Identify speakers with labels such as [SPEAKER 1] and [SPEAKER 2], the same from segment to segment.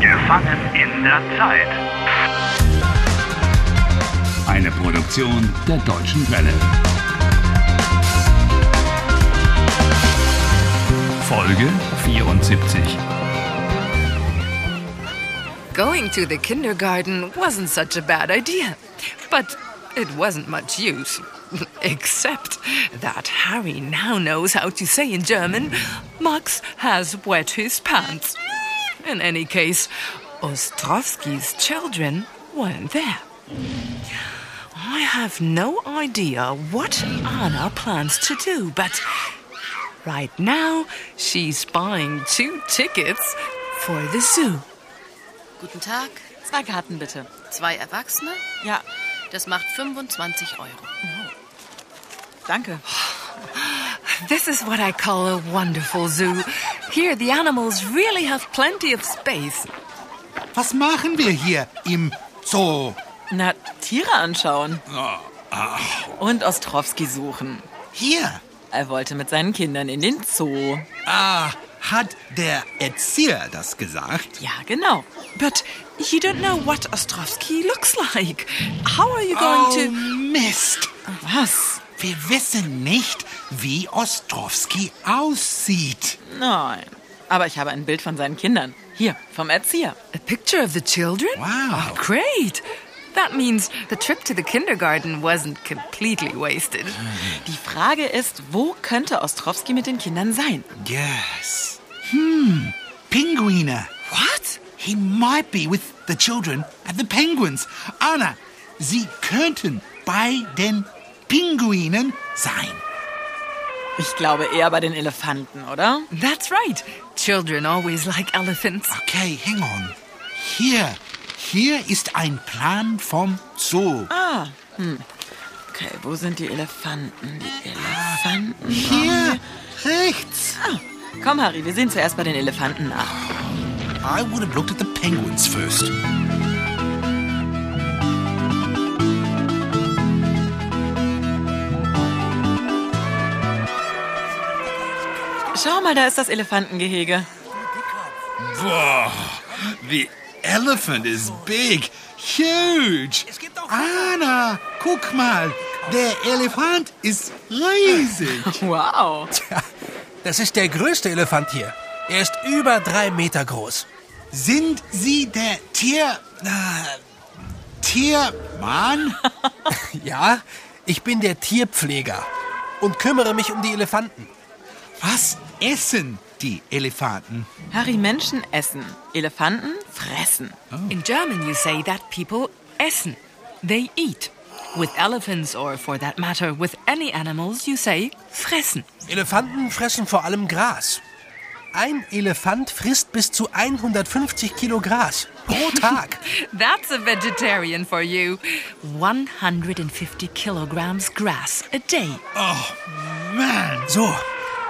[SPEAKER 1] Gefangen in der Zeit.
[SPEAKER 2] Eine Produktion der Deutschen Welle. Folge 74.
[SPEAKER 3] Going to the kindergarten wasn't such a bad idea, but it wasn't much use. Except that Harry now knows how to say in German, Max has wet his pants. In any case, Ostrovsky's children weren't there. I have no idea what Anna plans to do, but right now she's buying two tickets for the zoo.
[SPEAKER 4] Guten Tag.
[SPEAKER 5] Zwei Karten bitte.
[SPEAKER 4] Zwei Erwachsene?
[SPEAKER 5] Ja,
[SPEAKER 4] Das macht 25 Euro.
[SPEAKER 5] danke.
[SPEAKER 3] This is what I call a wonderful zoo. Here, the animals really have plenty of space.
[SPEAKER 6] Was machen wir hier im Zoo?
[SPEAKER 5] Na, Tiere anschauen. Und Ostrowski suchen.
[SPEAKER 6] Hier?
[SPEAKER 5] Er wollte mit seinen Kindern in den Zoo.
[SPEAKER 6] Ah, hat der Erzieher das gesagt?
[SPEAKER 5] Ja, genau.
[SPEAKER 3] But you don't know what Ostrovsky looks like. How are you going
[SPEAKER 6] oh,
[SPEAKER 3] to.
[SPEAKER 6] Mist.
[SPEAKER 5] Was?
[SPEAKER 6] Wir wissen nicht, wie Ostrowski aussieht.
[SPEAKER 5] Nein. Aber ich habe ein Bild von seinen Kindern. Hier, vom Erzieher.
[SPEAKER 3] A picture of the children? Oh,
[SPEAKER 6] Wow.
[SPEAKER 3] Great! That means the trip to the kindergarten wasn't completely wasted.
[SPEAKER 5] Die Frage ist, wo könnte Ostrowski mit den Kindern sein?
[SPEAKER 6] Yes. Hmm, Pinguine.
[SPEAKER 3] What?
[SPEAKER 6] He might be with the children and the penguins. Anna, sie könnten bei den Pinguinen sein.
[SPEAKER 5] Ich glaube eher bei den Elefanten, oder?
[SPEAKER 3] That's right. Children always like elephants.
[SPEAKER 6] Okay, hang on. Hier, hier ist ein Plan vom Zoo.
[SPEAKER 5] Okay, wo sind die Elefanten? Die Elefanten.
[SPEAKER 6] Hier, rechts.
[SPEAKER 5] Komm, Harry, wir sehen zuerst bei den Elefanten nach.
[SPEAKER 6] I would have looked at the penguins first.
[SPEAKER 5] Schau mal, da ist das Elefantengehege.
[SPEAKER 2] Boah,
[SPEAKER 6] The elephant is big, huge. Anna, guck mal, der Elefant ist riesig.
[SPEAKER 5] Wow.
[SPEAKER 7] Das ist der größte Elefant hier. Er ist über drei Meter groß.
[SPEAKER 6] Sind Sie der Tier... Äh, Tiermann?
[SPEAKER 7] Ja, ich bin der Tierpfleger und kümmere mich um die Elefanten.
[SPEAKER 6] Was essen die Elefanten?
[SPEAKER 5] Harry, Menschen essen, Elefanten fressen.
[SPEAKER 3] In German, you say that people essen. They eat. With elephants, or for that matter, with any animals, you say fressen.
[SPEAKER 7] Elefanten fressen vor allem Gras. Ein Elefant frisst bis zu 150 Kilo Gras pro Tag.
[SPEAKER 3] That's a vegetarian for you. 150 kilograms grass a day.
[SPEAKER 6] Man,
[SPEAKER 7] So,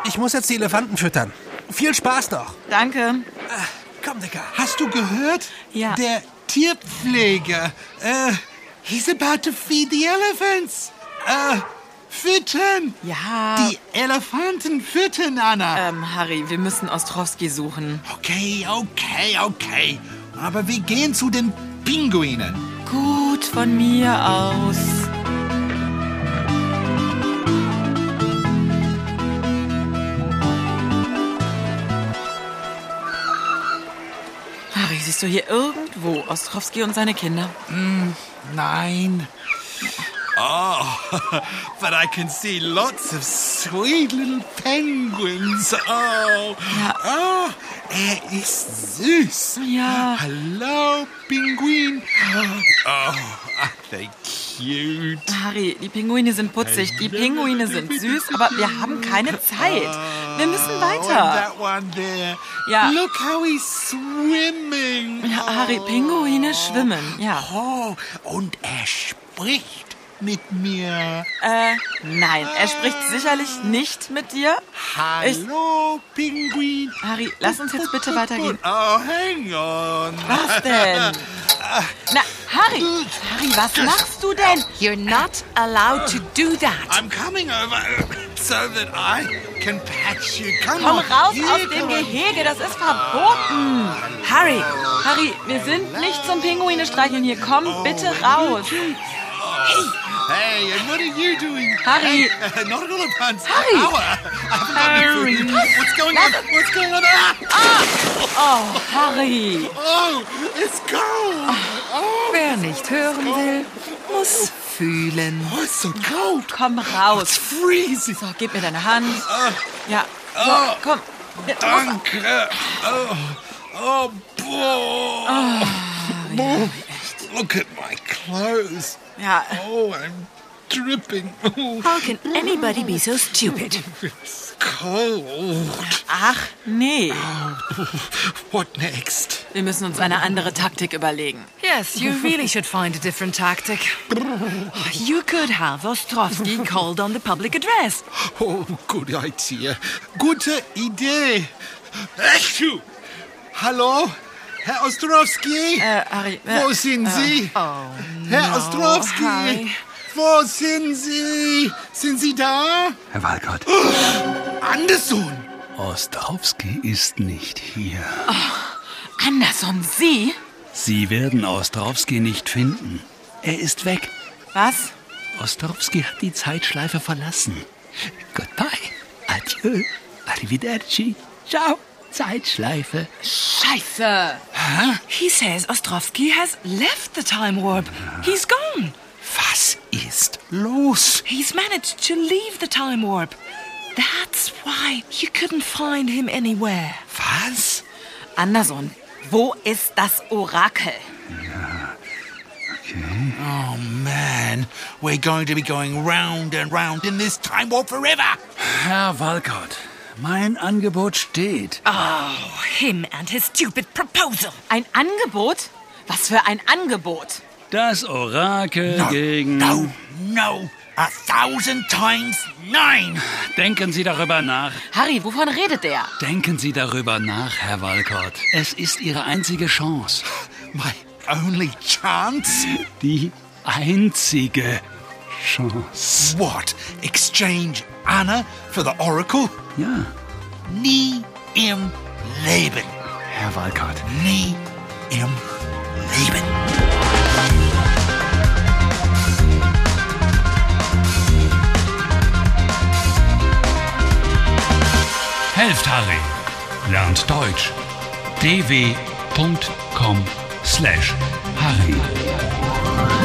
[SPEAKER 7] ich muss jetzt die Elefanten füttern. Viel Spaß noch. Äh,
[SPEAKER 5] Danke.
[SPEAKER 7] Komm, Dicker.
[SPEAKER 6] hast du gehört?
[SPEAKER 5] Ja.
[SPEAKER 6] Der Tierpfleger. Äh, he's about to feed the elephants. Äh, füttern.
[SPEAKER 5] Ja.
[SPEAKER 6] Die Elefanten füttern, Anna.
[SPEAKER 5] Ähm, Harry, wir müssen Ostrowski suchen.
[SPEAKER 6] Okay, okay, okay. Aber wir gehen zu den Pinguinen.
[SPEAKER 5] Gut, von mir aus. Harry, siehst du hier irgendwo Ostrowski und seine Kinder?
[SPEAKER 6] Nein. Oh, but I can see lots of sweet little penguins. Oh, oh, er ist süß.
[SPEAKER 5] Ja.
[SPEAKER 6] Hallo, Pinguin. Oh, are they cute?
[SPEAKER 5] Harry, die Pinguine sind putzig, die Pinguine sind süß, aber wir haben keine Zeit. Wir müssen
[SPEAKER 6] Oh,
[SPEAKER 5] weiter.
[SPEAKER 6] that one there.
[SPEAKER 5] Ja.
[SPEAKER 6] Look how he's swimming.
[SPEAKER 5] Ja, Harry, Pinguine schwimmen, ja.
[SPEAKER 6] Oh, und er spricht mit mir.
[SPEAKER 5] Äh, nein, er spricht sicherlich nicht mit dir.
[SPEAKER 6] Hallo, Pinguin.
[SPEAKER 5] Harry, lass uns jetzt bitte weitergehen.
[SPEAKER 6] Oh, hang on.
[SPEAKER 5] Was denn? Na, Harry, Harry, was machst du denn?
[SPEAKER 3] You're not allowed to do that.
[SPEAKER 6] I'm coming over so that I can patch you. Come
[SPEAKER 5] Komm
[SPEAKER 6] on.
[SPEAKER 5] raus
[SPEAKER 6] you
[SPEAKER 5] aus dem
[SPEAKER 6] come on.
[SPEAKER 5] Gehege, das ist verboten.
[SPEAKER 3] Harry,
[SPEAKER 5] Harry, wir sind nicht zum Pinguine streicheln hier. Komm bitte raus.
[SPEAKER 6] Hey, and what are you doing? Hey,
[SPEAKER 5] Harry.
[SPEAKER 6] uh, not at all at once.
[SPEAKER 5] Harry.
[SPEAKER 6] Ow, I haven't got any food. What's going on? What's going on? Ah!
[SPEAKER 5] Oh, Harry.
[SPEAKER 6] Oh, it's cold.
[SPEAKER 3] Ah, wer nicht hören will, muss fühlen.
[SPEAKER 6] Oh, it's so cold.
[SPEAKER 5] Komm raus.
[SPEAKER 6] Freezing.
[SPEAKER 5] So, gib mir deine Hand. Ja, so, komm. Ja, los.
[SPEAKER 6] Danke. Oh, oh,
[SPEAKER 3] Ah,
[SPEAKER 6] boah. boah. Look at my clothes.
[SPEAKER 5] Ja,
[SPEAKER 6] Oh, I'm dripping. Oh,
[SPEAKER 3] How can anybody be so stupid?
[SPEAKER 6] it's cold.
[SPEAKER 5] ach nee.
[SPEAKER 6] What next?
[SPEAKER 5] Wir müssen uns eine andere Taktik überlegen.
[SPEAKER 3] Yes, you really should find a different tactic. You could have Ostrovsky called on the public address.
[SPEAKER 6] Oh, good idea. Gute Idee. Achtu. Hallo, Herr Ostrowski?
[SPEAKER 5] Äh, Harry, äh,
[SPEAKER 6] Wo sind Sie?
[SPEAKER 3] Oh,
[SPEAKER 6] Herr
[SPEAKER 3] no,
[SPEAKER 6] Ostrowski?
[SPEAKER 3] Harry.
[SPEAKER 6] Wo sind Sie? Sind Sie da?
[SPEAKER 2] Herr Walcott,
[SPEAKER 6] Anderson.
[SPEAKER 2] Ostrowski ist nicht hier.
[SPEAKER 5] Anderson, Sie?
[SPEAKER 2] Sie werden Ostrowski nicht finden. Er ist weg.
[SPEAKER 5] Was?
[SPEAKER 2] Ostrowski hat die Zeitschleife verlassen. Goodbye. Adieu. Arrivederci. Ciao. Zeitschleife.
[SPEAKER 5] Scheiße.
[SPEAKER 3] He says Ostrovsky has left the time warp. He's gone.
[SPEAKER 2] Was ist los?
[SPEAKER 3] He's managed to leave the time warp. That's why you couldn't find him anywhere.
[SPEAKER 2] Was?
[SPEAKER 5] Anderson, wo ist das Orakel?
[SPEAKER 6] Oh man, we're going to be going round and round in this time warp forever.
[SPEAKER 2] Herr Walcott, mein Angebot steht.
[SPEAKER 3] Oh, him and his stupid proposal.
[SPEAKER 5] Ein Angebot? Was für ein Angebot?
[SPEAKER 2] Das Orakel gegen.
[SPEAKER 6] No, no, a thousand times nine.
[SPEAKER 2] Denken Sie darüber nach.
[SPEAKER 5] Harry, wovon redet der?
[SPEAKER 2] Denken Sie darüber nach, Herr Walcott. Es ist Ihre einzige Chance.
[SPEAKER 6] My only chance?
[SPEAKER 2] Die einzige Chance.
[SPEAKER 6] What? Exchange Anna for the Oracle?
[SPEAKER 2] Ja,
[SPEAKER 6] Nie im Leben.
[SPEAKER 2] Herr Walcott.
[SPEAKER 6] Nie im Leben.
[SPEAKER 2] Helft Harry. Lernt Deutsch. dw.com slash Harry.